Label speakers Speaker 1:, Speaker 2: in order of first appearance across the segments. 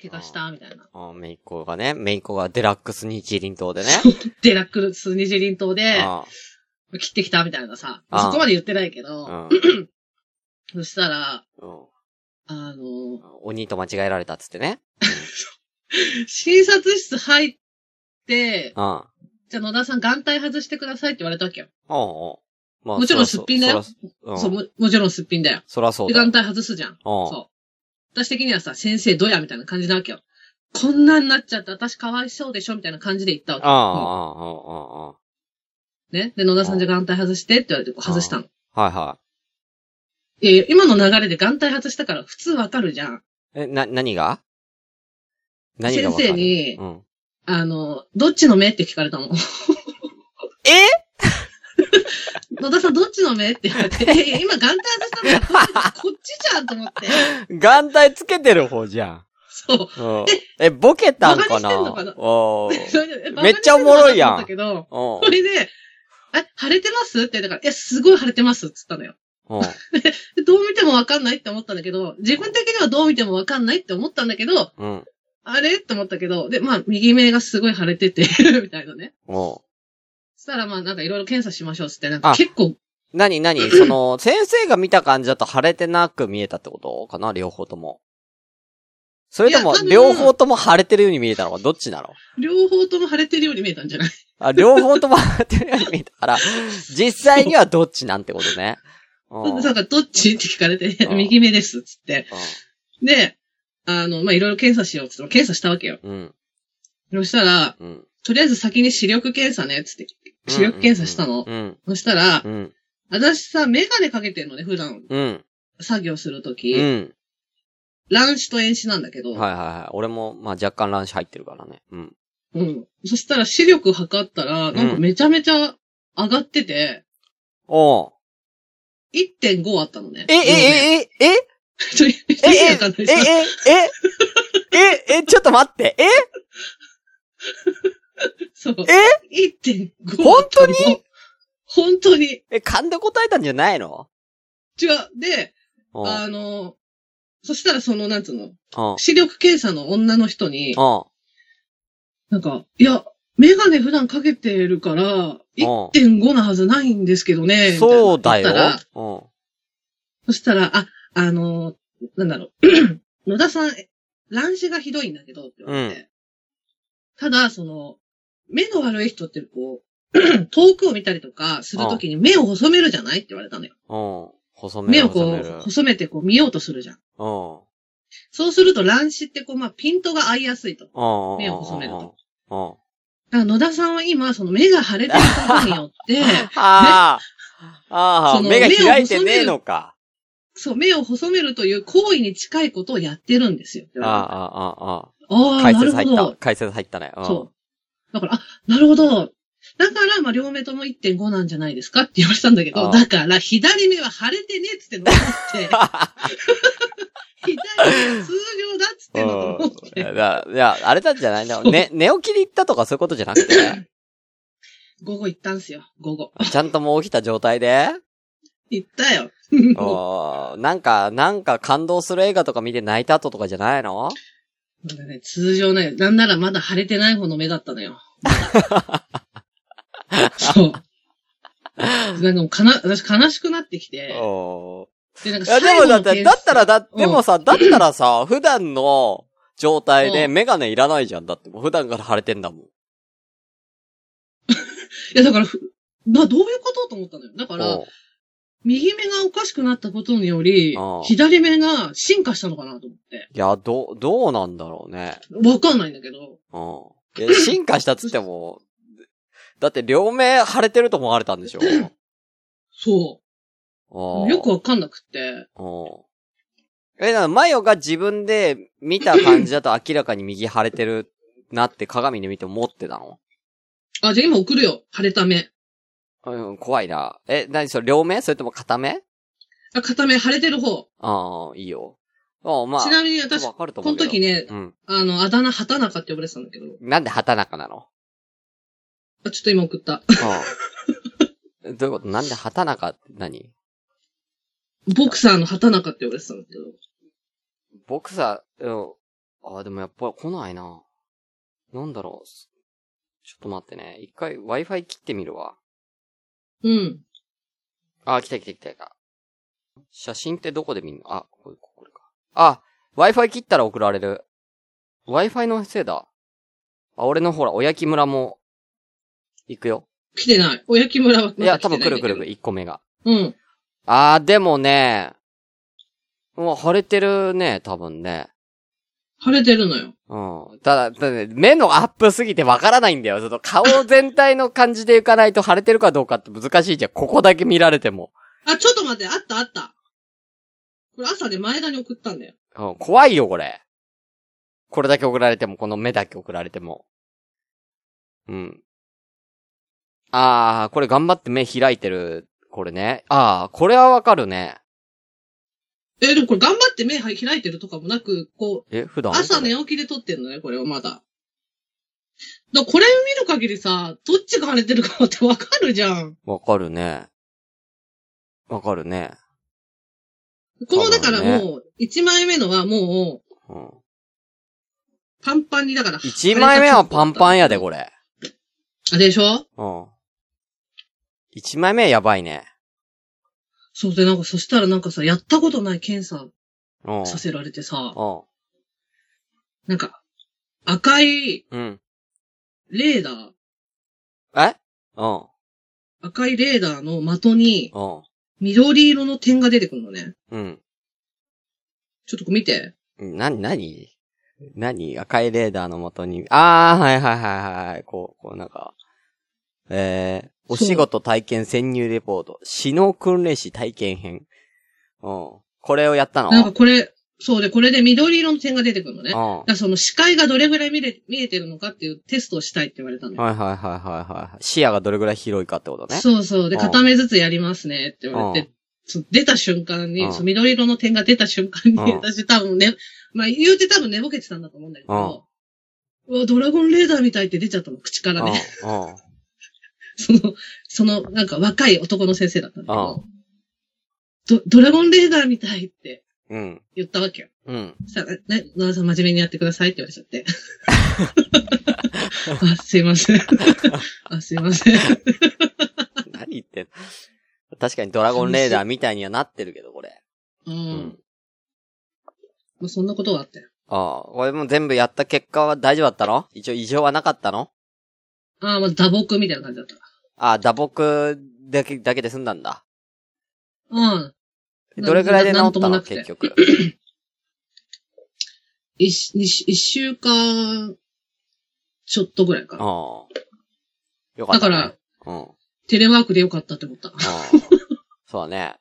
Speaker 1: 気がした、みたいな。
Speaker 2: あーめいっ子がね、めいっ子がデラックス日輪刀でね。
Speaker 1: デラックス二次輪刀で、
Speaker 2: あ
Speaker 1: 切ってきたみたいなさ。
Speaker 2: あ
Speaker 1: そこまで言ってないけ
Speaker 2: ー
Speaker 1: ど、
Speaker 2: うん
Speaker 1: そしたら、
Speaker 2: うん
Speaker 1: あの、
Speaker 2: 鬼と間違えられたっつってね。
Speaker 1: 診察室入って、
Speaker 2: うん。
Speaker 1: じゃあ野田さん眼帯外してくださいって言われたわけよ。
Speaker 2: おうおうま
Speaker 1: もちろんすっぴんだよ
Speaker 2: そ
Speaker 1: そ
Speaker 2: ら
Speaker 1: う
Speaker 2: そ、うん
Speaker 1: も、もちろんすっぴんだよ。
Speaker 2: そらそう
Speaker 1: で、
Speaker 2: だ。
Speaker 1: 眼
Speaker 2: うん。
Speaker 1: 帯外すじゃん。そう。私的にはさ、先生どやみたいな感じなわけよ。こんなになっちゃって私かわいそうでしょみたいな感じで言ったわけ。
Speaker 2: ああ、ああ、あ
Speaker 1: うんね。で、野田さんじゃあ眼帯外してって言われて、こう
Speaker 2: あ
Speaker 1: 外したの。
Speaker 2: あ、はいはい
Speaker 1: やいや、今の流れで眼帯外したから普通わかるじゃん。
Speaker 2: い。え、な、何が何
Speaker 1: 先
Speaker 2: がわかる
Speaker 1: 生に
Speaker 2: う、ん。
Speaker 1: あの、どっちの目って聞かれたの。
Speaker 2: え
Speaker 1: 野田さんどっちの目って言われ て、いやいや、今眼帯外したのこっちこっちじゃんと思って。
Speaker 2: 眼帯つけてる方じゃ
Speaker 1: そう。
Speaker 2: ん。うんえ、ボケたんか
Speaker 1: 馬鹿にしてん
Speaker 2: な
Speaker 1: のかな
Speaker 2: おー
Speaker 1: それでえ
Speaker 2: めっちゃおもろいやん
Speaker 1: バカにしてんのかなと思ったけど、
Speaker 2: お
Speaker 1: それで、え、腫れてますって言ったから、いや、すごい腫れてますって言ったのよ。
Speaker 2: うん。
Speaker 1: でどう見てもわかんないって思ったんだけど、自分的にはどう見てもわかんないって思ったんだけど、
Speaker 2: うん。
Speaker 1: あれって思ったけど、で、まあ、右目がすごい腫れて て、みたいなね。
Speaker 2: おう
Speaker 1: そしたら、まあ、なんかいろいろ検査しましょうっつって、なんか
Speaker 2: あ
Speaker 1: 結構、
Speaker 2: 何何 その、先生が見た感じだと腫れてなく見えたってことかな両方とも。それとも
Speaker 1: いや多、分
Speaker 2: 両方とも腫れてるように見えたのはどっち なの
Speaker 1: 両方とも腫れてるように見えたんじゃない
Speaker 2: あ、両方とも腫れてるように見えたから、実際にはどっちなんてこと ね。うん。うん
Speaker 1: なんか、どっちって聞かれて
Speaker 2: う、ん
Speaker 1: 右目ですっつって。で、あの、まあ、いろいろ検査しようっつって、検査したわけよ。
Speaker 2: うん。
Speaker 1: そしたら、
Speaker 2: うん。
Speaker 1: とりあえず先に視力検査ね、っつって、視力検査したの。
Speaker 2: うん。
Speaker 1: そしたら、
Speaker 2: うん。
Speaker 1: 私さ、メガネかけてんのね、普段、
Speaker 2: うん。
Speaker 1: 作業するとき、
Speaker 2: うん。
Speaker 1: 乱視と遠視なんだけど、
Speaker 2: はいはいはい。俺も、まあ若干乱視入ってるからね。うん。
Speaker 1: うん。そしたら視力測ったら、なんかめちゃめちゃ上がってて、
Speaker 2: おう
Speaker 1: 1.5あったのね。
Speaker 2: え、え、
Speaker 1: え、
Speaker 2: え、え、え、
Speaker 1: ち ょっと意
Speaker 2: え、え、
Speaker 1: 味
Speaker 2: え、え、え、え、え、
Speaker 1: わかんないさ。
Speaker 2: え、え、ちょっと待って。え
Speaker 1: そう。1.5。
Speaker 2: 本当に
Speaker 1: 本当に。
Speaker 2: え、勘で答えたんじゃないの
Speaker 1: 違う。で、
Speaker 2: うん。うん。
Speaker 1: あの、そしたらその、なんつうの、
Speaker 2: うん。
Speaker 1: 視力検査の女の人に、
Speaker 2: う
Speaker 1: なんか、いや、メガネ普段かけてるから、1.5なはずないんですけどね。
Speaker 2: ん。そうだ
Speaker 1: みたいな言ったら
Speaker 2: よ。う
Speaker 1: そ
Speaker 2: ん。
Speaker 1: したら、あ、あのーなんだろう。 野田さん、え乱視がひどいんだけど、って言われて。ただ、その、目の悪い人ってこう、 遠くを見たりとかするときに目を細めるじゃないって言われたのよ。
Speaker 2: うん。細め
Speaker 1: 目
Speaker 2: る。
Speaker 1: をこ
Speaker 2: 細め
Speaker 1: う、
Speaker 2: る。
Speaker 1: 細めてこう見ようとするじゃん。
Speaker 2: うん。
Speaker 1: そうすると乱視ってこう、まあ、ピントが合いやすいと。だか
Speaker 2: うん。
Speaker 1: 目を細めると
Speaker 2: うん。うん。
Speaker 1: ら野田さんは今、その目が腫れてることによっ て、
Speaker 2: ああ。ああ、
Speaker 1: その
Speaker 2: 目が開いてねえのか。
Speaker 1: そう、目を細めるという行為に近いことをやってるんですよ。
Speaker 2: ああ、ああ、ああ。
Speaker 1: ああ、
Speaker 2: 解
Speaker 1: なる
Speaker 2: 説
Speaker 1: ほ
Speaker 2: 入っ
Speaker 1: ど
Speaker 2: た。。解説入ったね。うん。
Speaker 1: そう。だから、あ、なるほど。だから、まあ、両目とも1.5なんじゃないですかって言われたんだけ
Speaker 2: あ
Speaker 1: ど、
Speaker 2: あ
Speaker 1: だから、左目は腫れてねっつってんのと思 って、左目は通常だっつってんのと思っ
Speaker 2: い
Speaker 1: て、
Speaker 2: や、いやあれなんじゃないの
Speaker 1: そう
Speaker 2: ね、寝起きに行ったとかそういうことじゃなくて、
Speaker 1: 午後行ったんすよ、午後。
Speaker 2: ちゃんともう起きた状態で、
Speaker 1: 行ったよ。
Speaker 2: おーなんか、なんか感動する映画とか見て泣いた後とかじゃないの
Speaker 1: なんかね通常ね、なんならまだ腫れてない方の目だったの よ。そう。なんかもうかな、私悲しくなってきて、
Speaker 2: おー
Speaker 1: で、なんか
Speaker 2: いや、で
Speaker 1: 最後
Speaker 2: もだ
Speaker 1: の
Speaker 2: って、
Speaker 1: 点数
Speaker 2: だったらだ、
Speaker 1: うん
Speaker 2: でもさ、だったら さ、普段の状態で
Speaker 1: う
Speaker 2: メガネいらないじゃん。だってもう普段から腫れてんだもん。
Speaker 1: いや、だからふ、な、どういうことと思ったのよ。だから、
Speaker 2: うん
Speaker 1: 右目がおかしくなったことにより
Speaker 2: ああ、
Speaker 1: 左目が進化したのかなと思って。
Speaker 2: いや、どう、どうなんだろうね。
Speaker 1: わかんないんだけど。
Speaker 2: うん。 いや、進化したっつっても、だって両目腫れてると思われたんでしょ
Speaker 1: そ
Speaker 2: あ
Speaker 1: う。
Speaker 2: ー
Speaker 1: よくわかんなくて。
Speaker 2: うん。え、だからマヨが自分で見た感じだと明らかに右腫れてるなって鏡で見て思ってたの
Speaker 1: あ、じゃあ今送るよ。腫れた目。
Speaker 2: うん、怖いな。え、何それ両目それとも片目
Speaker 1: あ、片目腫れてる方。
Speaker 2: ああ、いいよ。ああ、まあ。
Speaker 1: ちなみに私、
Speaker 2: わ
Speaker 1: こ
Speaker 2: かると思う
Speaker 1: の
Speaker 2: けど。
Speaker 1: 時ね、
Speaker 2: うん。
Speaker 1: あの、あだ名、畑中って呼ばれてたんだけど。
Speaker 2: なんで畑中なの
Speaker 1: あ、ちょっと今送った。
Speaker 2: うん。どういうことなんで畑中って何
Speaker 1: ボクサーの畑中って呼ばれてたんだけど。
Speaker 2: ボクサー、うん。あ、でもやっぱ来ないな。なんだろう。ちょっと待ってね。一回 Wi-Fi 切ってみるわ。
Speaker 1: うん。
Speaker 2: あ、来た来た来た来た。写真ってどこで見んのあ、これ、これか。あ、Wi-Fi 切ったら送られる。Wi-Fi のせいだ。あ、俺のほら、おやき村も、行くよ。
Speaker 1: 来てない。おやき村はまだ来て
Speaker 2: い
Speaker 1: ない
Speaker 2: や、
Speaker 1: んだ
Speaker 2: 多
Speaker 1: けど。
Speaker 2: 分来る来る来る、1個目が。
Speaker 1: うん。
Speaker 2: あー、でもね、もう晴れてるね、多分ね。
Speaker 1: 晴れてるのよ。
Speaker 2: うん。ただ、ただね、目のアップすぎてわからないんだよ。ちょっと顔全体の感じでいかないと晴れてるかどうかって難しいじゃん。ここだけ見られても。
Speaker 1: あ、ちょっと待って、あったあった。これ朝で前田に送ったんだよ。
Speaker 2: うん、怖いよ、これ。これだけ送られても、この目だけ送られても。うん。あー、これ頑張って目開いてる。これね。あー、これはわかるね。
Speaker 1: え、でもこれ頑張って目はい開いてるとかもなく、こう、
Speaker 2: え、普段
Speaker 1: 朝寝起きで撮ってんのね、これをまだ。だからこれ見る限りさ、どっちが晴れてるかってわかるじゃん。
Speaker 2: わかるね。わかるね。
Speaker 1: この、だか
Speaker 2: そ
Speaker 1: ら
Speaker 2: うだね
Speaker 1: もう、1枚目のはもう、
Speaker 2: うん。
Speaker 1: パンパンに、だから。
Speaker 2: 一枚目はパンパンやで、こ
Speaker 1: れ。
Speaker 2: れ。
Speaker 1: あでしょ
Speaker 2: うん。一枚目はやばいね。
Speaker 1: そうで、なんか、そしたらなんかさ、やったことない検査
Speaker 2: うん。
Speaker 1: させられてさ、
Speaker 2: う
Speaker 1: なんか、赤い
Speaker 2: ん。うん。
Speaker 1: レーダー、
Speaker 2: えうん。
Speaker 1: 赤いレーダーの的に、
Speaker 2: うん。
Speaker 1: 緑色の点が出てくるのね。
Speaker 2: うん。
Speaker 1: ちょっとこれ見て。
Speaker 2: な、なに何赤いレーダーのもとに。あー、はいはいはいはい。こう、こうなんか。えー、お仕事体験潜入レポート。死の訓練士体験編。うん。これをやったの
Speaker 1: なんかこれ、そうで、これで緑色の点が出てくるのね。だか
Speaker 2: うん。
Speaker 1: らその視界がどれぐらい見れ、見えてるのかっていうテストをしたいって言われたのよ。
Speaker 2: はいはいはいはいはい。視野がどれぐらい広いかってことね。
Speaker 1: そうそう。で、
Speaker 2: うん
Speaker 1: 片目ずつやりますねって言われ
Speaker 2: う
Speaker 1: て、そう出た瞬間
Speaker 2: う
Speaker 1: に、
Speaker 2: ん
Speaker 1: そう緑色の点が出た瞬間に、
Speaker 2: うん
Speaker 1: 私多分ね、まあ言うて多分寝ぼけてたんだと思うんだけど、うわ、ドラゴンレーダーみたいって出ちゃったの、口からね。
Speaker 2: うん。うん。
Speaker 1: その、その、なんか若い男の先生だったんだけ
Speaker 2: う
Speaker 1: ど、ドドラゴンレーダーみたいって
Speaker 2: うん。
Speaker 1: 言ったわけよ。
Speaker 2: うん。
Speaker 1: さあ、ね、野田さん真面目にやってくださいって言われちゃ って。 あ、すいません。あ、すいません。
Speaker 2: 何言ってんの確かにドラゴンレーダーみたいにはなってるけど、これ。
Speaker 1: う。。
Speaker 2: うん
Speaker 1: まあ、そんなことがあったよ。
Speaker 2: ああ、これも全部やった結果は大丈夫だったの一応異常はなかったの
Speaker 1: ああ、まあ、打撲みたいな感じだった。
Speaker 2: ああ、打撲だけ、だけで済んだんだ。
Speaker 1: うん。
Speaker 2: どれぐらいで治
Speaker 1: な
Speaker 2: っ
Speaker 1: んと
Speaker 2: た
Speaker 1: もな
Speaker 2: の
Speaker 1: くて
Speaker 2: 結局。
Speaker 1: 一、一一週間、ちょっとぐらいか
Speaker 2: うん。
Speaker 1: な。
Speaker 2: よか
Speaker 1: だ
Speaker 2: った、
Speaker 1: か
Speaker 2: ね。
Speaker 1: ら、
Speaker 2: うん。うん。
Speaker 1: テレワークでよかったって思った。
Speaker 2: そうだね。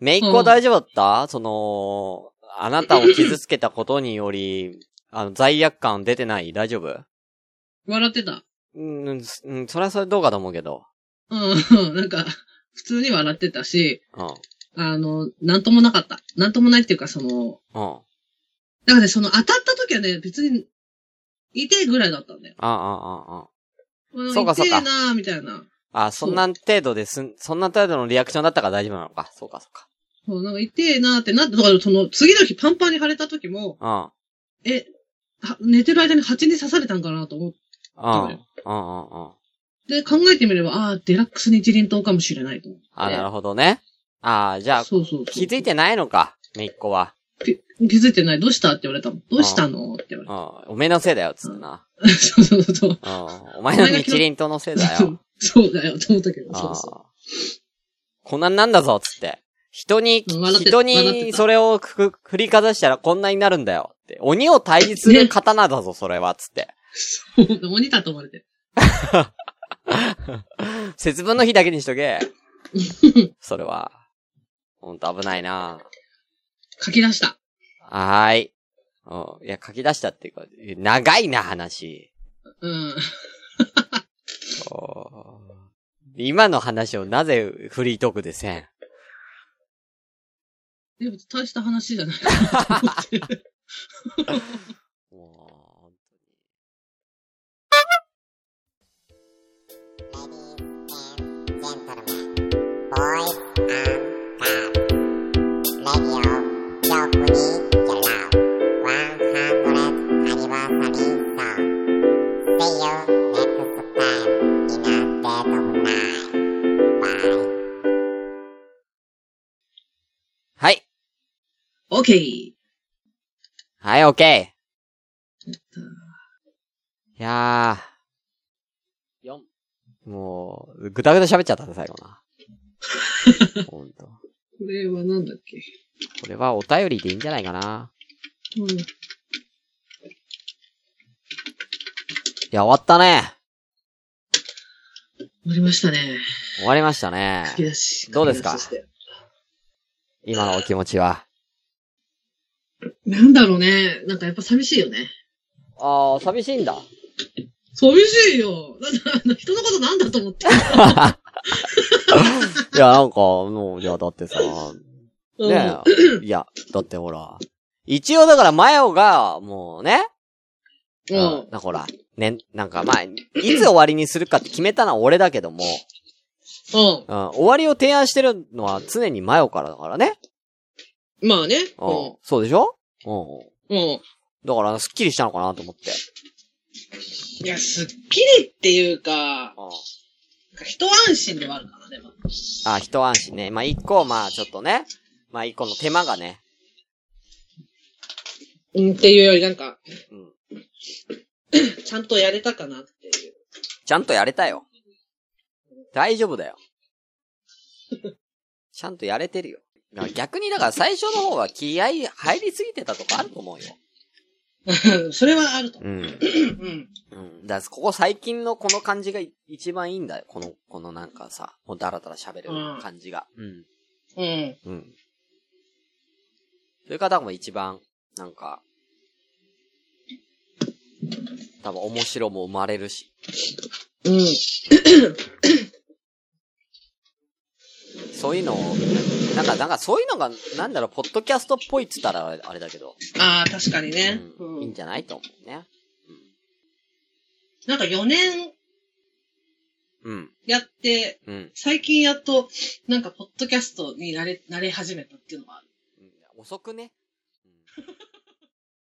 Speaker 2: めいっ子大丈夫だった、その、あなたを傷つけたことにより、あの、罪悪感出てない大丈夫
Speaker 1: 笑ってた。
Speaker 2: うん、うんすうん、それはそれどうかと思うけど。
Speaker 1: うん、 なんか、普通に笑ってたし、
Speaker 2: うん。
Speaker 1: あの、なんともなかった。なんともないっていうか、その、
Speaker 2: うん。
Speaker 1: だからね、その当たった時はね、別に、痛いぐらいだったんだよ。
Speaker 2: ああ、ああ、あ
Speaker 1: うん
Speaker 2: そうかそうか
Speaker 1: 痛いなーみたいな。
Speaker 2: あ。あ、そんな程度ですん、そんな程度のリアクションだったから大丈夫なのか。そうか、そうか。
Speaker 1: そう、なんか痛えなーってなって、だからその、次の日パンパンに腫れた時も、
Speaker 2: うん。
Speaker 1: え、は寝てる間に蜂に刺されたんかなと思って
Speaker 2: うん。
Speaker 1: う
Speaker 2: う
Speaker 1: ん
Speaker 2: ん、うん、うん。
Speaker 1: で、考えてみれば、ああ、デラックスに一輪灯かもしれないと思って。
Speaker 2: あ、なるほどね。ああ、じゃあ、
Speaker 1: そうそうそう
Speaker 2: 気づいてないのか。めいっ子は。
Speaker 1: き気づいてない。どうしたって言われたもん。どうしたのって言われ
Speaker 2: うん
Speaker 1: た。。
Speaker 2: おめえのせいだよ、つうな。
Speaker 1: そうそうそう。
Speaker 2: うん。お前の日輪刀のせいだよ。
Speaker 1: そうだよ、と思ったけど。
Speaker 2: あ
Speaker 1: そ
Speaker 2: あ
Speaker 1: うそ
Speaker 2: こんなんなんだぞ、つって。人に、
Speaker 1: うん笑ってた
Speaker 2: 人
Speaker 1: 笑って
Speaker 2: に
Speaker 1: た
Speaker 2: それをくく振りかざしたらこんなになるんだよ。って。鬼を退治する刀だぞ、それは、つって。
Speaker 1: う。 鬼だと思われてる。
Speaker 2: 節分の日だけにしとけ。それは。ほんと危ないな
Speaker 1: 書き出した。
Speaker 2: はーい。うん。いや、書き出したっていうか、長いな、話。
Speaker 1: うん。
Speaker 2: おー今の話をなぜフリートークでせん
Speaker 1: でも、大した話じゃないかなと思って。
Speaker 2: も
Speaker 3: レディオ、ジョークに、ジェラー、100
Speaker 1: OK!
Speaker 2: はい、オッケ
Speaker 1: やった
Speaker 2: ーいやー。4。もう、ぐだぐだ喋っちゃったね、最後な。ほんと。
Speaker 1: これはなんだっけ
Speaker 2: これはお便りでいいんじゃないかな。
Speaker 1: うん。
Speaker 2: いや、終わったね。
Speaker 1: 終わりましたね。
Speaker 2: 終わりましたね。
Speaker 1: 書き出し。
Speaker 2: どうですか
Speaker 1: 書き出しして
Speaker 2: 今のお気持ちは。
Speaker 1: なんだろうね。なんかやっぱ寂しいよね。
Speaker 2: あー、寂しいんだ。
Speaker 1: 寂しいよ。だって人のことなんだと思 って。
Speaker 2: いや、なんか、もう、いや、だってさ、
Speaker 1: うん
Speaker 2: ねえ、いや、だってほら、一応だから、マヨが、もうね、
Speaker 1: うん。
Speaker 2: なんかほら、ね、なんかまあ、いつ終わりにするかって決めたのは俺だけども、
Speaker 1: う
Speaker 2: うん、終わりを提案してるのは常にマヨからだからね。
Speaker 1: ん。まあね。
Speaker 2: うん、そうでしょう
Speaker 1: うん。うん。
Speaker 2: ん。だから、スッキリしたのかなと思って。
Speaker 1: いや、すっきりっていうか、
Speaker 2: うん。
Speaker 1: 一安心ではあるからね、まあ
Speaker 2: あ、一安心ね。まあ、一個、まあ、ちょっとね、まあ、一個の手間がね、
Speaker 1: うん、っていうよりなんか、
Speaker 2: うん。
Speaker 1: ちゃんとやれたかなっていう。
Speaker 2: ちゃんとやれたよ。大丈夫だよ。ちゃんとやれてるよ。だから逆にだから最初の方は気合い入りすぎてたとかあると思うよ。
Speaker 1: それはあると思
Speaker 2: うん。
Speaker 1: う。うん。
Speaker 2: うん。だからここ最近のこの感じがい一番いいんだよ。この、このなんかさ、もうダラダラ喋る感じが。
Speaker 1: うん。
Speaker 2: うん。うん。そういう方も一番、なんか、多分面白も生まれるし。
Speaker 1: うん。
Speaker 2: そういうのを、なんか、なんかそういうのが、なんだろう、ポッドキャストっぽいっつったらあれあれだけど、
Speaker 1: ああ、確かにね。
Speaker 2: う、
Speaker 1: うん
Speaker 2: いいん
Speaker 1: ん。
Speaker 2: じゃないと思うね。
Speaker 1: なんか4年
Speaker 2: うん。
Speaker 1: やって、
Speaker 2: うん。
Speaker 1: 最近やっと、なんか、ポッドキャストになれ、なれ始めたっていうのはある。
Speaker 2: 遅くね。うん